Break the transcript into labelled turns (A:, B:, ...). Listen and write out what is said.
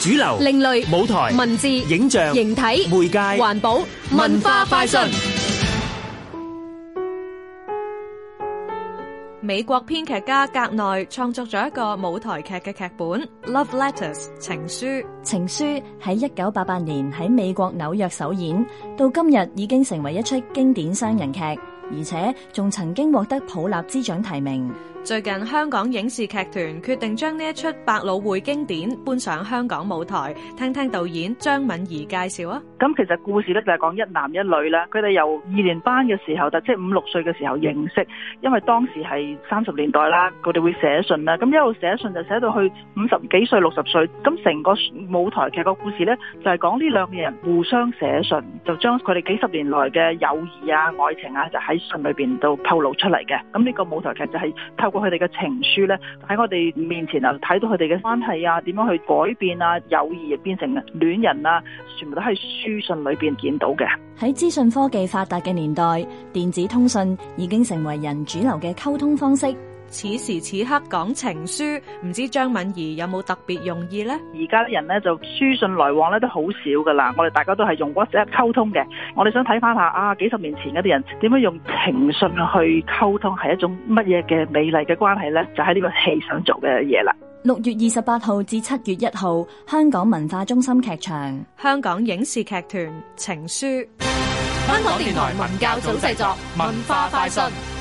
A: 主流、
B: 另類
A: 舞台、
B: 文字、
A: 影像、
B: 形體、
A: 媒介
B: 環保、文化快訊。
C: 美國編劇家格內創作咗一個舞台劇嘅劇本《Love Letters》情書。
D: 情書喺一九八八年喺美國紐約首演，到今日已經成為一出經典雙人劇，而且仲曾經獲得普立茲獎提名。
C: 最近香港影視劇團決定將呢一出百老匯經典搬上香港舞台，聽聽導演張敏儀介紹啊！
E: 咁其實故事咧就係講一男一女啦，佢哋由二年班嘅時候，就即係五六歲嘅時候認識，因為當時係三十年代啦，佢哋會寫信啦，咁一路寫信就寫到去五十幾歲、六十歲，咁成個舞台劇個故事咧就係講呢兩個人互相寫信，就將佢哋幾十年來嘅友誼啊、愛情啊，就喺信裏邊度透露出嚟嘅。咁呢個舞台劇就係透過佢哋嘅情書咧，喺我哋面前啊，睇到佢哋嘅關係啊，點樣去改變啊，友誼變成戀人啊，全部都喺書信裏邊見到嘅。
D: 喺資訊科技發達嘅年代，電子通訊已經成為人主流嘅溝通方式。
C: 此時此刻講情書，唔知張敏儀有冇特別用意呢？
E: 而家啲人咧就書信來往咧都好少噶啦，我哋大家都係用 WhatsApp 溝通嘅。我哋想睇翻下啊，幾十年前嗰啲人點樣用情信去溝通，係一種乜嘢嘅美麗嘅關係呢？就喺呢個戲想做嘅嘢啦。
D: 六月二十八號至七月一號，香港文化中心劇場。
C: 香港影視劇團情書。
B: 香港電台文教組製作，文化快訊。